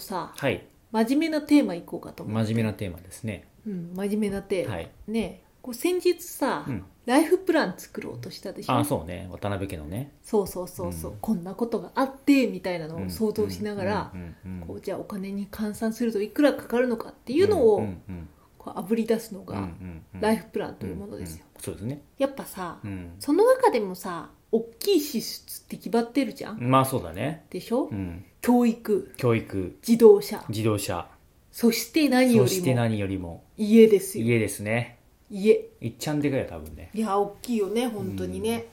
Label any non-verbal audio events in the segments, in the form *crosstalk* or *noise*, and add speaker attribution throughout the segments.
Speaker 1: さ
Speaker 2: はい
Speaker 1: 真面目なテーマいこうかと思う、
Speaker 2: 真面目なテーマですね
Speaker 1: うん、真面目なテーマ、
Speaker 2: はい
Speaker 1: ねこう先日さ、
Speaker 2: うん
Speaker 1: ライフプラン作ろうとしたでしょ
Speaker 2: あそうね渡辺家のね
Speaker 1: そうそうそうそう、
Speaker 2: うん
Speaker 1: こんなことがあってみたいなの
Speaker 2: う
Speaker 1: を
Speaker 2: ん
Speaker 1: 想像しながら、
Speaker 2: うんうんうん
Speaker 1: こうじゃあお金に換算するといくらかかるのかっていうの
Speaker 2: うんう
Speaker 1: を
Speaker 2: んうん
Speaker 1: こうあぶり出すの
Speaker 2: うんう
Speaker 1: が
Speaker 2: んうん
Speaker 1: ライフプランというものですよ、
Speaker 2: うんうんそうですね
Speaker 1: やっぱさ、
Speaker 2: うん
Speaker 1: その中でもさ大きい支出って決まってるじゃん、
Speaker 2: まあそうだね
Speaker 1: でしょ、
Speaker 2: うん
Speaker 1: 教育
Speaker 2: 教育
Speaker 1: 自動車
Speaker 2: 自動車
Speaker 1: そして何よ
Speaker 2: そし
Speaker 1: り
Speaker 2: て
Speaker 1: も
Speaker 2: 何よりも
Speaker 1: 家ですよ
Speaker 2: 家ですね
Speaker 1: 家
Speaker 2: いっちゃんでかいよ多分ね
Speaker 1: いや大きいよね本当にね、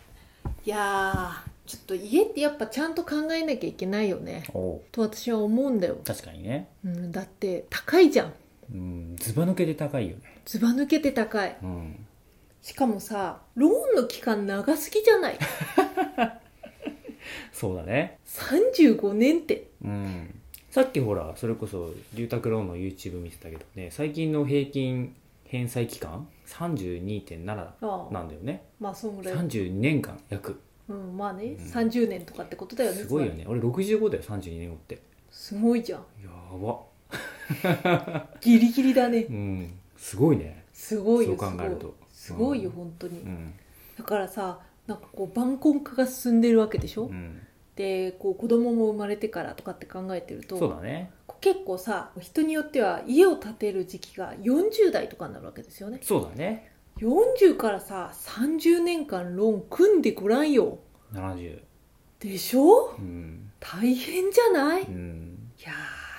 Speaker 1: いやーちょっと家ってやっぱちゃんと考えなきゃいけないよね
Speaker 2: おう
Speaker 1: と私は思うんだよ、
Speaker 2: 確かにね
Speaker 1: うん、だって高いじゃん
Speaker 2: うんずば抜けて高いよね
Speaker 1: ずば抜けて高い
Speaker 2: うん
Speaker 1: しかもさローンの期間長すぎじゃない
Speaker 2: そうだね
Speaker 1: 35年って
Speaker 2: うんさっきほらそれこそ住宅ローンの YouTube 見てたけどね最近の平均返済期間32.7
Speaker 1: ああ
Speaker 2: なんだよね
Speaker 1: まあそんぐらい、
Speaker 2: 32年間約
Speaker 1: うん、まあね、
Speaker 2: ん
Speaker 1: 30年とかってことだよね
Speaker 2: すごいよね俺65だよ32年後って
Speaker 1: すごいじゃん
Speaker 2: やば
Speaker 1: ギリギリだね
Speaker 2: うんすごいね
Speaker 1: すごいよ
Speaker 2: そう考えると
Speaker 1: すごいすごいよ
Speaker 2: うん
Speaker 1: 本当に、
Speaker 2: うん
Speaker 1: だからさなんかこう晩婚化が進んでるわけでしょ、
Speaker 2: うん
Speaker 1: でこう子供も生まれてからとかって考えてると
Speaker 2: そうだね
Speaker 1: こう結構さ人によっては家を建てる時期が40代とかになるわけですよね
Speaker 2: そうだね
Speaker 1: 40からさ30年間ローン組んでごらんよ
Speaker 2: 70
Speaker 1: でしょ
Speaker 2: うん
Speaker 1: 大変じゃない、
Speaker 2: う
Speaker 1: い
Speaker 2: ん
Speaker 1: やー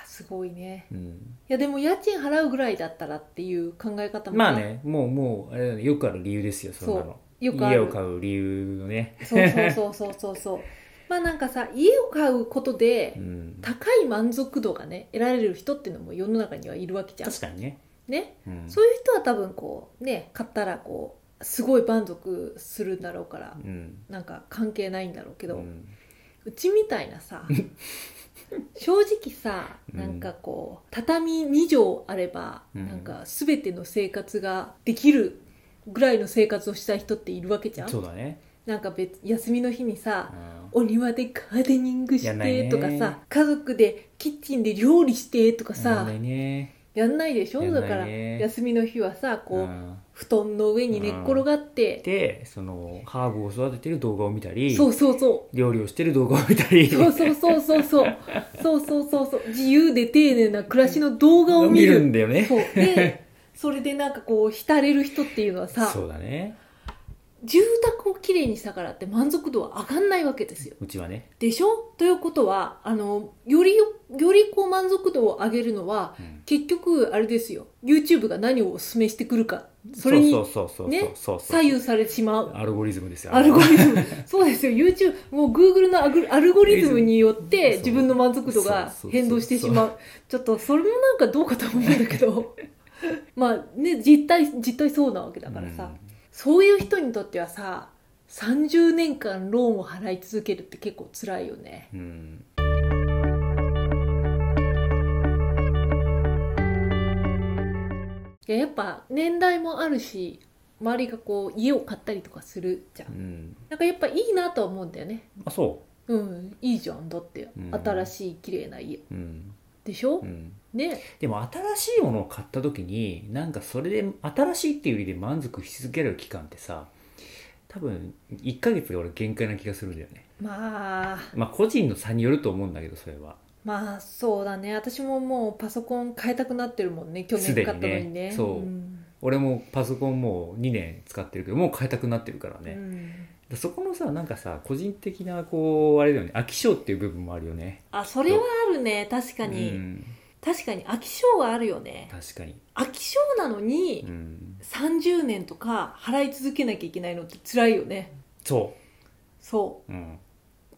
Speaker 1: すごいね
Speaker 2: うん
Speaker 1: いやでも家賃払うぐらいだったらっていう考え方も、
Speaker 2: まあねもうもうあれだねよくある理由ですよそんなの
Speaker 1: よくあ
Speaker 2: 家
Speaker 1: る
Speaker 2: を買う理由のね
Speaker 1: そうそうそうそうそうそう *laughs* まあなんかさ家を買うことで、
Speaker 2: うん
Speaker 1: 高い満足度がね得られる人っていうのも世の中にはいるわけじゃん
Speaker 2: 確かにね
Speaker 1: ね
Speaker 2: うん
Speaker 1: そういう人は多分こうね買ったらこうすごい満足するんだろうから、
Speaker 2: うん
Speaker 1: なんか関係ないんだろうけ
Speaker 2: う
Speaker 1: ど、うんちみたいな
Speaker 2: *laughs*
Speaker 1: さ正直さ
Speaker 2: うん
Speaker 1: なんかこう畳2畳あれば、
Speaker 2: うん
Speaker 1: なんか全ての生活ができるぐらいの生活をしたい人っているわけじゃん
Speaker 2: そうだね
Speaker 1: なんか別休みの日にさ、
Speaker 2: うん
Speaker 1: お庭でガーデニングし
Speaker 2: やんない
Speaker 1: て
Speaker 2: ね
Speaker 1: とかさ家族でキッチンで料理してとか
Speaker 2: やん
Speaker 1: さ
Speaker 2: ないね
Speaker 1: やんないでしょ
Speaker 2: やんない
Speaker 1: だ
Speaker 2: ね
Speaker 1: から休みの日はさこう、
Speaker 2: うん
Speaker 1: 布団の上に寝っ転がって、
Speaker 2: でそのハーブを育ててる動画を見たり
Speaker 1: そうそうそう
Speaker 2: 料理をしてる動画を見たり
Speaker 1: そうそうそうそうそうそうそうそうそう自由で丁寧な暮らしの動
Speaker 2: *laughs*
Speaker 1: 画を見る
Speaker 2: んだよね
Speaker 1: そうでそれでなんかこう浸れる人っていうのはさ
Speaker 2: そうだね
Speaker 1: 住宅をきれいにしたからって満足度は上がんないわけですよ
Speaker 2: うちはね、
Speaker 1: でしょということはあのよりよよりこう満足度を上げるのは
Speaker 2: うん
Speaker 1: 結局あれですよ YouTube が何をおすすめしてくるかそれに
Speaker 2: そうそうそうそう
Speaker 1: ね
Speaker 2: そうそう
Speaker 1: 左右されてしまう
Speaker 2: アルゴリズムですよ
Speaker 1: アルゴリ
Speaker 2: *laughs*
Speaker 1: ズムそうですよ YouTube もう Google のアグアルゴリズムによって
Speaker 2: そう
Speaker 1: 自分の満足度が
Speaker 2: そうそうそう
Speaker 1: 変動してしまうちょっとそれもなんかどうかと思うんだけど *laughs* まあね実態実態そうなわけだからさ、そういう人にとってはさ30年間ローンを払い続けるって結構辛いよね
Speaker 2: うん、うん
Speaker 1: いややっぱ年代もあるし周りがこう家を買ったりとかするじゃ
Speaker 2: うんん
Speaker 1: なんかやっぱいいなとは思うんだよね
Speaker 2: あそ
Speaker 1: うんいいじゃんだって
Speaker 2: うん
Speaker 1: 新しい綺麗な家
Speaker 2: う、うん
Speaker 1: でしょ、
Speaker 2: うん、
Speaker 1: ね
Speaker 2: でも新しいものを買った時になんかそれで新しいっていう意味で満足し続ける期間ってさ多分1ヶ月が俺限界な気がするんだよね
Speaker 1: まあ
Speaker 2: まあ個人の差によると思うんだけどそれは
Speaker 1: まあそうだね私ももうパソコン変えたくなってるもんね去年
Speaker 2: すで
Speaker 1: 買
Speaker 2: に
Speaker 1: った
Speaker 2: ね
Speaker 1: のにね
Speaker 2: そうん俺もパソコンもう2年使ってるけどもう変えたくなってるからね、
Speaker 1: うん
Speaker 2: でそこのさなんかさ個人的なこうあれだよね飽き性っていう部分もあるよね
Speaker 1: あそれはあるね確かに、
Speaker 2: うん、
Speaker 1: 確かに飽き性はあるよね
Speaker 2: 確かに、
Speaker 1: 飽き性なのに、
Speaker 2: うん、
Speaker 1: 30年とか払い続けなきゃいけないのって辛いよね
Speaker 2: そ、
Speaker 1: そう
Speaker 2: うん、
Speaker 1: う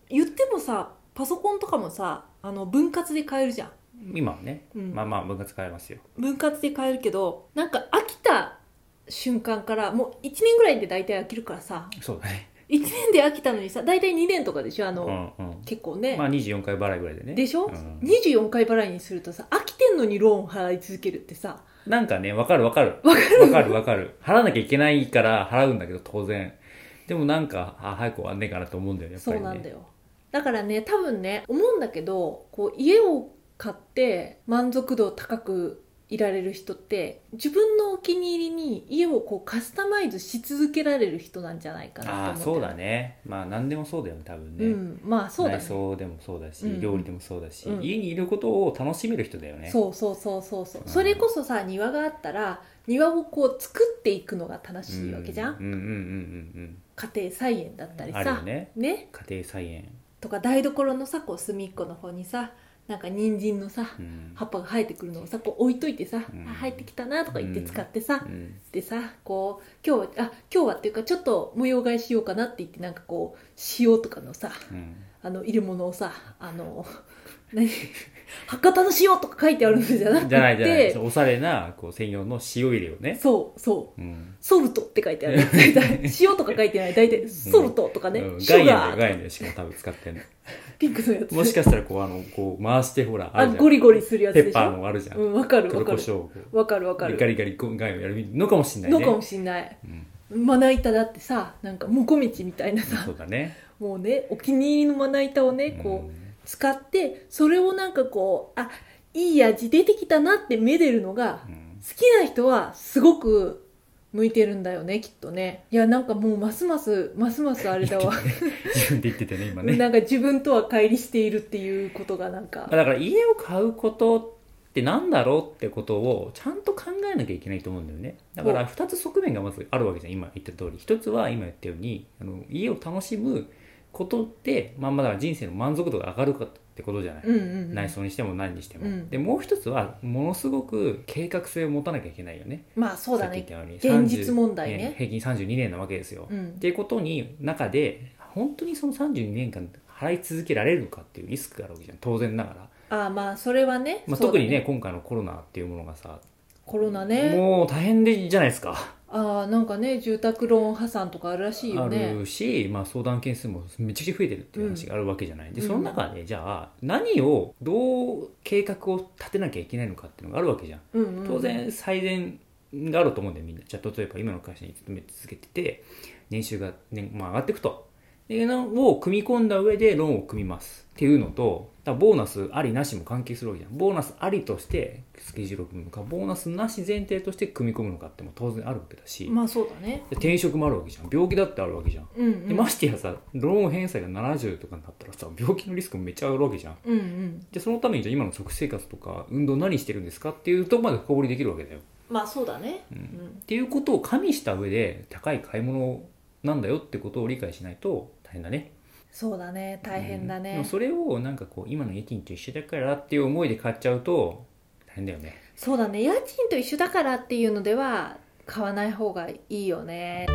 Speaker 1: 言ってもさパソコンとかもさあの分割で買えるじゃん、
Speaker 2: 今はね、
Speaker 1: うん
Speaker 2: まあまあ分割変えますよ
Speaker 1: 分割で買えるけどなんか飽きた瞬間からもう1年ぐらいで大体飽きるからさ
Speaker 2: そうだね
Speaker 1: 1年で飽きたのにさ大体2年とかでしょあの、
Speaker 2: うんうん
Speaker 1: 結構ね、
Speaker 2: まあ24回払いぐらいでね
Speaker 1: でしょ、
Speaker 2: うん
Speaker 1: 24回払いにするとさ飽きてんのにローン払い続けるってさ
Speaker 2: なんかね分かる分かる
Speaker 1: わかる
Speaker 2: 分かる分かる払わなきゃいけないから払うんだけど当然でもなんかあ早く終わんねえかなと思うんだよねやっぱ
Speaker 1: そ
Speaker 2: り
Speaker 1: う
Speaker 2: ね
Speaker 1: なんだよだからね多分ね思うんだけどこう家を買って満足度高くいられる人って自分のお気に入りに家をこうカスタマイズし続けられる人なんじゃないか
Speaker 2: あ
Speaker 1: な
Speaker 2: あ
Speaker 1: と
Speaker 2: そ
Speaker 1: 思
Speaker 2: う
Speaker 1: って
Speaker 2: だねまあ何でもそうだよね多分ね、
Speaker 1: うんまあそうだ
Speaker 2: 内
Speaker 1: ね
Speaker 2: 装でもそうだし、
Speaker 1: うん
Speaker 2: 料理でもそうだし、
Speaker 1: うん
Speaker 2: 家にいることを楽しめる人だよね
Speaker 1: そうそうそうそうそう
Speaker 2: うん
Speaker 1: それこそさ庭があったら庭をこう作っていくのが楽しいわけじゃん、
Speaker 2: うんうんうんうん
Speaker 1: 家庭菜園だった
Speaker 2: う
Speaker 1: り
Speaker 2: んあるよ
Speaker 1: さ
Speaker 2: ね
Speaker 1: ね
Speaker 2: 家庭菜園、
Speaker 1: とか台所のさこう隅っこの方にさなんか人参のさ、
Speaker 2: うん
Speaker 1: 葉っぱが生えてくるのをさこう置いといてさ、
Speaker 2: うん
Speaker 1: あ生えてきたなとか言って使ってさ、
Speaker 2: うん
Speaker 1: でさこう今日はあ今日はっていうかちょっと模様替えしようかなって言ってなんかこう塩とかのさ
Speaker 2: うん
Speaker 1: あの入れ物をさあの何 *laughs* 博多の塩とか書いてあるのじゃなくて
Speaker 2: じゃないじゃないそうおしゃれなこう専用の塩入れをね、
Speaker 1: そうそう
Speaker 2: うん
Speaker 1: ソルトって書いてあるや
Speaker 2: *laughs*
Speaker 1: つ大体塩とか書いてない大体ソルトとかね、
Speaker 2: うん
Speaker 1: シ
Speaker 2: 岩
Speaker 1: ュ
Speaker 2: 塩だ
Speaker 1: ガ
Speaker 2: よ
Speaker 1: ー
Speaker 2: 岩塩だよしかも多分使って
Speaker 1: *laughs*
Speaker 2: んの
Speaker 1: ピンクのやつ
Speaker 2: もしかしたらこうあのこう回してほら
Speaker 1: あ
Speaker 2: るじゃん
Speaker 1: ゴリゴリするやつ
Speaker 2: ペ
Speaker 1: でしょ
Speaker 2: ッパーのあるじゃん、
Speaker 1: うんわかる
Speaker 2: 黒
Speaker 1: わかる
Speaker 2: 胡椒をこう
Speaker 1: わかるわか
Speaker 2: ガ
Speaker 1: る
Speaker 2: リガリこう岩塩をやるのかもしれない
Speaker 1: の
Speaker 2: ね
Speaker 1: かもしんない
Speaker 2: うん
Speaker 1: まな板だってさなんかもこみちみたいなさ
Speaker 2: そうだね
Speaker 1: もうねお気に入りのまな板をねこう、使ってそれをなんかこうあいい味出てきたなってめでるのが
Speaker 2: うんうん
Speaker 1: 好きな人はすごく向いてるんだよねきっとねいやなんかもうますますますますあれ
Speaker 2: *laughs*
Speaker 1: だわ、
Speaker 2: 自分で言っててね今ね
Speaker 1: なんか自分とは乖離しているっていうことがなん
Speaker 2: ま
Speaker 1: か
Speaker 2: あだから家を買うことってなんだろうってことをちゃんと考えなきゃいけないと思うんだよねだから2つ側面がまずあるわけじゃん今言った通り1つは今言ったようにあの家を楽しむことって、まあ、まあだから人生の満足度が上がるかってことじゃない、
Speaker 1: うんうんう
Speaker 2: 内
Speaker 1: ん
Speaker 2: 装にしても何にしても、
Speaker 1: うん
Speaker 2: でもう一つはものすごく計画性を持たなきゃいけないよね
Speaker 1: まあそうだ
Speaker 2: さっ
Speaker 1: ね
Speaker 2: き言ったように
Speaker 1: 現実問題ね
Speaker 2: 30平均32年なわけですよ、
Speaker 1: う
Speaker 2: っ
Speaker 1: ん
Speaker 2: ていうことに中で本当にその32年間払い続けられるのかっていうリスクがあるわけじゃん当然ながら、
Speaker 1: ああまあそれはね,、
Speaker 2: まあ、
Speaker 1: そう
Speaker 2: 特
Speaker 1: だ
Speaker 2: にね今回のコロナっていうものがさ、
Speaker 1: コロナね
Speaker 2: もう大変でじゃないですか、
Speaker 1: ああなんかね住宅ローン破産とかあるらしい
Speaker 2: あ
Speaker 1: よね
Speaker 2: るし、まあ、相談件数もめちゃくちゃ増えてるっていう話があるわけじゃない、で
Speaker 1: うん
Speaker 2: その中でじゃあ何をどう計画を立てなきゃいけないのかっていうのがあるわけじゃん
Speaker 1: うんうん
Speaker 2: 当然最善があると思うんだよみんなじゃあ例えば今の会社に勤め続けてて年収が、ねまあ、上がっていくとっていうのを組み込んだ上でローンを組みますっていうのとだからボーナスありなしも関係するわけじゃんボーナスありとしてスケジュールを組むのかボーナスなし前提として組み込むのかっても当然あるわけだし、
Speaker 1: まあそうだね
Speaker 2: で転職もあるわけじゃん病気だってあるわけじゃん
Speaker 1: うんう
Speaker 2: で
Speaker 1: ん、
Speaker 2: ましてやさローン返済が70とかになったらさ病気のリスクもめっちゃ上がるわけじゃん
Speaker 1: うんうん
Speaker 2: でそのためにじゃあ今の食生活とか運動何してるんですかっていうとこまで深掘りできるわけだよ
Speaker 1: まあそうだね
Speaker 2: うん
Speaker 1: うん
Speaker 2: っていうことを加味した上で高い買い物なんだよってことを理解しないと大変だね
Speaker 1: そうだね大変だ
Speaker 2: うんで
Speaker 1: ね、
Speaker 2: もそれをなんかこう今の家賃と一緒だからっていう思いで買っちゃうと大変だよね
Speaker 1: そうだね家賃と一緒だからっていうのでは買わない方がいいよね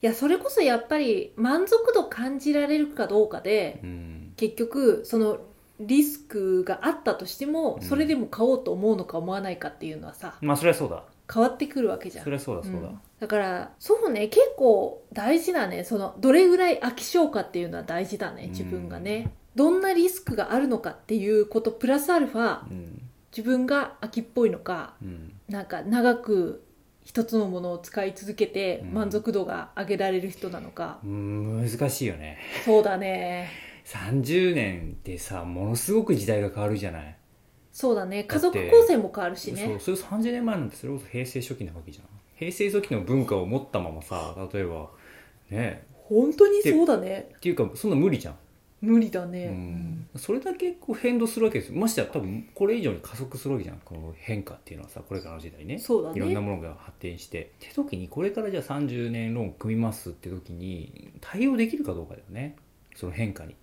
Speaker 1: いやそれこそやっぱり満足度感じられるかどうかで
Speaker 2: うん
Speaker 1: 結局そのリスクがあったとしても
Speaker 2: うん
Speaker 1: それでも買おうと思うのか思わないかっていうのはさ
Speaker 2: まあそれはそうだ
Speaker 1: 変わってくるわけじゃん
Speaker 2: それはそうだそうだ、
Speaker 1: うんだからそうね結構大事だねそのどれぐらい飽き性かっていうのは大事だね自分がね、どんなリスクがあるのかっていうことプラスアルファ
Speaker 2: うん
Speaker 1: 自分が飽きっぽいのか
Speaker 2: うん
Speaker 1: なんか長く一つのものを使い続けて
Speaker 2: うん
Speaker 1: 満足度が上げられる人なの
Speaker 2: *laughs*
Speaker 1: か、
Speaker 2: うん難しいよね
Speaker 1: そうだね
Speaker 2: 30年ってさものすごく時代が変わるじゃない、
Speaker 1: そうだね
Speaker 2: だ
Speaker 1: 家
Speaker 2: って
Speaker 1: 族構成も変わるし
Speaker 2: そう
Speaker 1: ね
Speaker 2: それ30年前なんてそれこそ平成初期なわけじゃん平成初期の文化を持ったままさ例えばね
Speaker 1: 本当にそうだね
Speaker 2: っていうかそんな無理じゃん
Speaker 1: 無理だね、
Speaker 2: うんそれだけこう変動するわけですよましてや多分これ以上に加速するわけじゃんこの変化っていうのはさこれからの時代ね
Speaker 1: そうだね
Speaker 2: いろんなものが発展してって時にこれからじゃあ30年ローン組みますって時に対応できるかどうかだよねその変化に、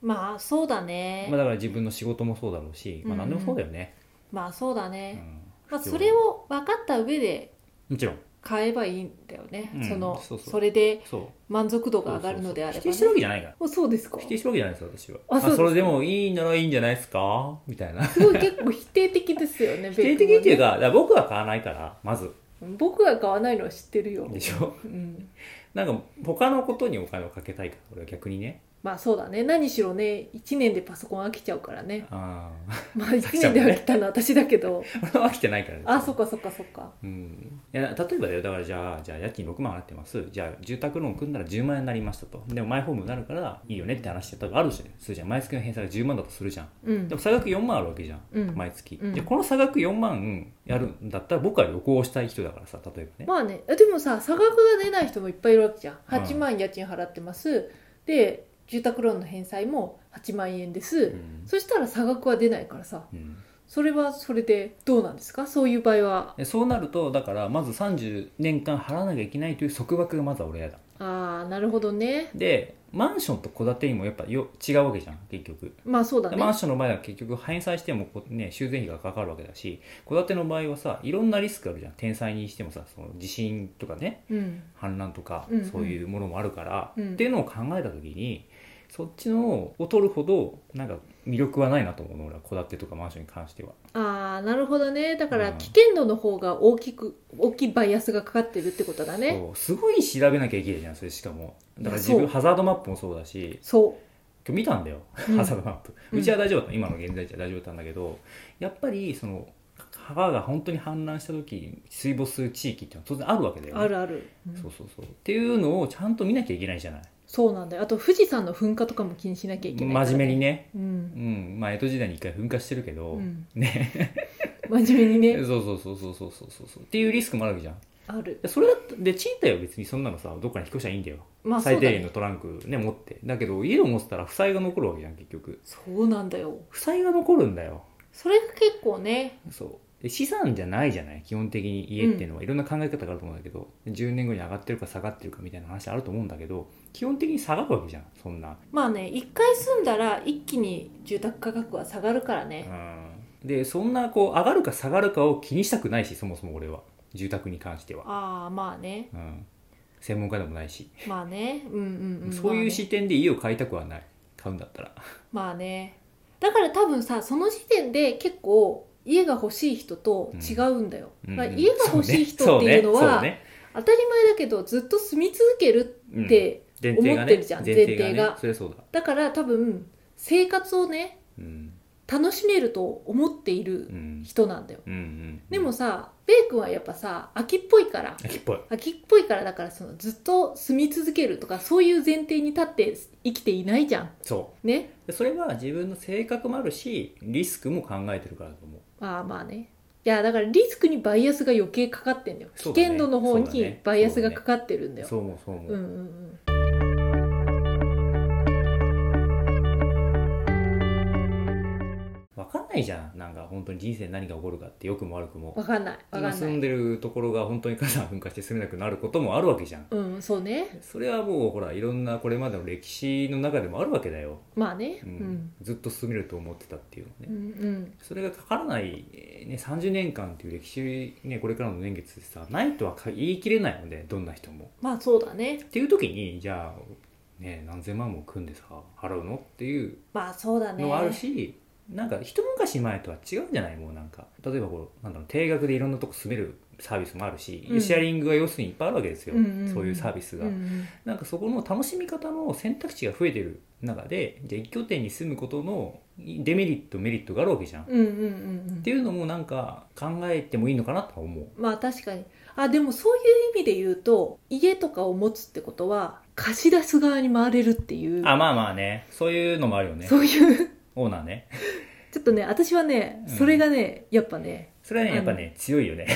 Speaker 1: まあそうだね
Speaker 2: まあ、だから自分の仕事もそうだろうし、まあ、何でもそうだよね、
Speaker 1: まあそうだ
Speaker 2: うん
Speaker 1: ね、まあ、それを分かった上で
Speaker 2: もちろん
Speaker 1: 買えばいいんだよね、
Speaker 2: うん
Speaker 1: その
Speaker 2: そうそう
Speaker 1: れで
Speaker 2: そう
Speaker 1: 満足度が上がるのであれば、ね、
Speaker 2: そうそう否定してるわけじゃないから
Speaker 1: あそうですか
Speaker 2: 否定してるわけじゃないですよ私は
Speaker 1: あそうですか
Speaker 2: あそれでもいいならいいんじゃないですかみたいな
Speaker 1: すごい *laughs* 結構否定的ですよね
Speaker 2: *laughs* 否定的っていう
Speaker 1: ベ
Speaker 2: かだから僕は買わないからまず
Speaker 1: ックもね僕が買わないのは知ってるよ
Speaker 2: でしょ
Speaker 1: うん、
Speaker 2: なんか他のことにお金をかけたいから俺は逆にね
Speaker 1: まあそうだね何しろね1年でパソコン飽きちゃうからね
Speaker 2: *laughs* あ
Speaker 1: まあ1年で飽きたのは私だけど、
Speaker 2: あ俺 *laughs* は飽きてないからね
Speaker 1: あそっかそっかそっか
Speaker 2: うん、いや例えばだよだからじゃあじゃあ家賃6万払ってますじゃあ住宅ローン組んだら10万円になりましたとでもマイホームになるからいいよねって話って多分あるじゃんするじゃん毎月の返済が10万だとするじゃん
Speaker 1: うん
Speaker 2: でも差額4万あるわけじゃん、
Speaker 1: うん
Speaker 2: 毎月、
Speaker 1: うん
Speaker 2: でこの差額4万やるんだったら僕は旅行をしたい人だからさ例えばね、
Speaker 1: まあねえでもさ差額が出ない人もいっぱいいるわけじゃん8万家賃払ってます、で住宅ローンの返済も8万円です、
Speaker 2: うん
Speaker 1: そしたら差額は出ないからさ
Speaker 2: うん
Speaker 1: それはそれでどうなんですかそういう場合は
Speaker 2: でそうなるとだからまず30年間払わなきゃいけないという束縛がまずは俺やだ
Speaker 1: ああなるほどね
Speaker 2: でマンションと戸建てにもやっぱよ違うわけじゃん結局
Speaker 1: まあそうだね
Speaker 2: マンションの場合は結局返済してもこう、ね、修繕費がかかるわけだし戸建ての場合はさいろんなリスクあるじゃん天災にしてもさその地震とかね
Speaker 1: うん
Speaker 2: 氾濫とか
Speaker 1: うんうん
Speaker 2: そういうものもあるから、
Speaker 1: うん
Speaker 2: っていうのを考えた時にそっちのを取るほどなんか魅力はないなと思うの俺は戸建てとかマンションに関しては
Speaker 1: ああなるほどねだから
Speaker 2: うん
Speaker 1: 危険度の方が大きく大きいバイアスがかかってるってことだね
Speaker 2: そうすごい調べなきゃいけないじゃんそれしかもだから自
Speaker 1: そ
Speaker 2: 分
Speaker 1: う
Speaker 2: ハザードマップもそうだし
Speaker 1: そ
Speaker 2: 今日見たんだよ、
Speaker 1: うん
Speaker 2: ハザードマップ
Speaker 1: うん
Speaker 2: うちは大丈夫だった、今の現在地は大丈夫だったんだけどやっぱりその川が本当に氾濫した時水没する地域っていうのは当然あるわけだ
Speaker 1: う
Speaker 2: よ、ね、
Speaker 1: あるある、うん
Speaker 2: そうそうそうっていうのをちゃんと見なきゃいけないじゃない
Speaker 1: そうなんだよあと富士山の噴火とかも気にしなきゃいけないから
Speaker 2: 真面目にね
Speaker 1: うん、
Speaker 2: うんまあ江戸時代に一回噴火してるけど、
Speaker 1: うん、
Speaker 2: ね
Speaker 1: 真面目に
Speaker 2: そう
Speaker 1: ね
Speaker 2: そうそうそうそうそうそうっていうリスクもあるわけじゃん
Speaker 1: ある
Speaker 2: でそれだってで賃貸は別にそんなのさどっかに引っ越しゃいいんだよ
Speaker 1: まあそう
Speaker 2: 最
Speaker 1: だ
Speaker 2: 低限
Speaker 1: ね
Speaker 2: のトランクね持ってだけど家を持ってたら負債が残るわけじゃん結局
Speaker 1: そうなんだよ
Speaker 2: 負債が残るんだよ
Speaker 1: それが結構ね
Speaker 2: そうで資産じゃないじゃない基本的に家っていうのはいろんな考え方があると思うんだけど、10年後に上がってるか下がってるかみたいな話あると思うんだけど基本的に下がるわけじゃんそんな
Speaker 1: まあね一回住んだら一気に住宅価格は下がるから
Speaker 2: う
Speaker 1: ね、
Speaker 2: んでそんなこう上がるか下がるかを気にしたくないしそもそも俺は住宅に関しては、
Speaker 1: ああまあね
Speaker 2: うん、専門家でもないし、
Speaker 1: まあねうんうんうん
Speaker 2: そういう
Speaker 1: し
Speaker 2: 視点で家を買いたくはない買うんだったら
Speaker 1: まあねだから多分さその時点で結構家が欲しい人と違うんだよ、
Speaker 2: うん
Speaker 1: まあ、
Speaker 2: うん
Speaker 1: 家が欲しい人っていうの
Speaker 2: そう
Speaker 1: は
Speaker 2: ね
Speaker 1: 当たり前だけどずっと住み続ける
Speaker 2: そうねうん
Speaker 1: って、
Speaker 2: 前提
Speaker 1: 思
Speaker 2: が
Speaker 1: って
Speaker 2: ね
Speaker 1: るじゃん
Speaker 2: 前提が
Speaker 1: 前提
Speaker 2: ね
Speaker 1: が
Speaker 2: それそうだ
Speaker 1: だから多分生活をね
Speaker 2: うん
Speaker 1: 楽しめると思っていうる
Speaker 2: ん
Speaker 1: 人なんだよ、
Speaker 2: うんうん
Speaker 1: でもさベイ君はやっぱさ秋っぽいから
Speaker 2: 秋 *laughs* っぽい
Speaker 1: 秋っぽいからだからそのずっと住み続けるとかそういう前提に立って生きていないじゃん
Speaker 2: そ
Speaker 1: ね
Speaker 2: うでそれは自分の性格もあるしリスクも考えてるからだと思う
Speaker 1: まあまあねいやだからリスクにバイアスが余計かかってんだよ
Speaker 2: そうだ
Speaker 1: 危
Speaker 2: ね
Speaker 1: 険度の方
Speaker 2: そうだ
Speaker 1: に
Speaker 2: ね
Speaker 1: バイアスがかかってるんだよ
Speaker 2: そう思うそう思う、
Speaker 1: うんうん
Speaker 2: 分かんないじゃんなんか本当に人生何が起こるかって良くも悪く
Speaker 1: うん
Speaker 2: も
Speaker 1: わかんないわ
Speaker 2: 今
Speaker 1: か
Speaker 2: 住ん
Speaker 1: んない
Speaker 2: でるところが本当に火山噴火して住めなくなることもあるわけじゃん
Speaker 1: うんそうね
Speaker 2: それはもうほらいろんなこれまでの歴史の中でもあるわけだよ、
Speaker 1: まあねう
Speaker 2: うん
Speaker 1: ん
Speaker 2: ずっと住めると思ってたっていうのね、
Speaker 1: うんうん
Speaker 2: それがかからない、えーね、30年間っていう歴史、ね、これからの年月でさないとはか言い切れないのでどんな人も
Speaker 1: まあそうだね
Speaker 2: っていう時にじゃあ、ね、何千万も組んでさ払うのっていう
Speaker 1: まあそうだね
Speaker 2: のはあるし、なんか一昔前とは違うんじゃないもうなんか例えばこうなんだろう定額でいろんなとこ住めるサービスもあるし、
Speaker 1: うん
Speaker 2: シェアリングが要するにいっぱいあるわけですよ、
Speaker 1: うんうんうん
Speaker 2: そういうサービス
Speaker 1: う
Speaker 2: が、
Speaker 1: んうん
Speaker 2: なんかそこの楽しみ方の選択肢が増えてる中でじゃあ一拠点に住むことのデメリットメリットがあるわけじゃん、っ
Speaker 1: うんうんうん
Speaker 2: ていうのもなんか考えてもいいのかなとは思う
Speaker 1: まあ確かにあでもそういう意味で言うと家とかを持つってことは貸し出す側に回れるっていう
Speaker 2: あまあまあねそういうのもあるよね
Speaker 1: そういう
Speaker 2: オーナーね
Speaker 1: ちょっとね私はね
Speaker 2: うん
Speaker 1: それがね、やっぱね
Speaker 2: それはねやっぱね強いよね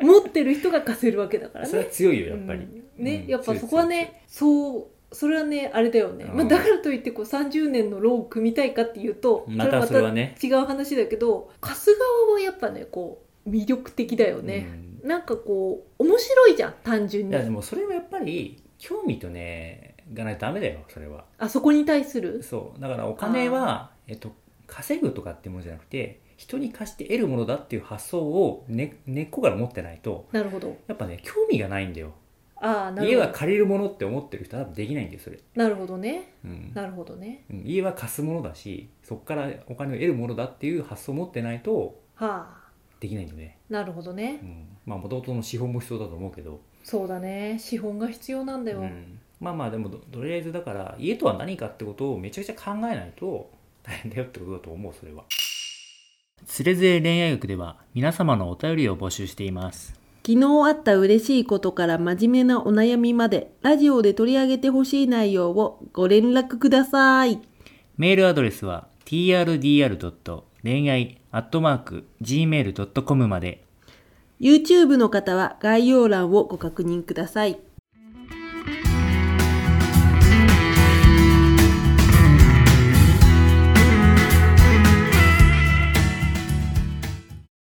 Speaker 1: 持ってる人が貸せるわけだから
Speaker 2: それは
Speaker 1: ね
Speaker 2: 強いよやっぱり、
Speaker 1: うんね、
Speaker 2: うん
Speaker 1: やっぱそこはねそうそれはねあれだよね、
Speaker 2: うん
Speaker 1: まあ、だからといってこう30年のローン組みたいかっていうと
Speaker 2: またそれはね
Speaker 1: 違う話だけど貸す側はやっぱねこう魅力的だよね、
Speaker 2: うん
Speaker 1: なんかこう面白いじゃん単純
Speaker 2: い
Speaker 1: に
Speaker 2: やでもそれはやっぱり興味とねがないとダメだよそれは
Speaker 1: あそこに対する
Speaker 2: そうだからお金は、えっと、稼ぐとかってものじゃなくて人に貸して得るものだっていう発想を根根っこから持ってないと
Speaker 1: なるほど
Speaker 2: やっぱね興味がないんだよ
Speaker 1: ああな
Speaker 2: 家
Speaker 1: るほ
Speaker 2: は
Speaker 1: ど
Speaker 2: 借りるものって思ってる人は多分できないんだよそれ、
Speaker 1: なるほどね
Speaker 2: うん
Speaker 1: なるほどね
Speaker 2: うん家は貸すものだしそこからお金を得るものだっていう発想を持ってないと
Speaker 1: はあ
Speaker 2: できないんだよね、
Speaker 1: なるほどね
Speaker 2: うん、まあもともとの資本も必要だと思うけど
Speaker 1: そうだね資本が必要なんだよ、
Speaker 2: うんまあまあでもどとりあえずだから家とは何かってことをめちゃくちゃ考えないと大変だよってことだと思うそれはつれづれ恋愛学では皆様のお便りを募集しています
Speaker 1: 昨日あった嬉しいことから真面目なお悩みまで、ラジオで取り上げてほしい内容をご連絡ください。
Speaker 2: メールアドレスは trdr. 恋愛 .gmail.com まで
Speaker 1: YouTube の方は概要欄をご確認ください。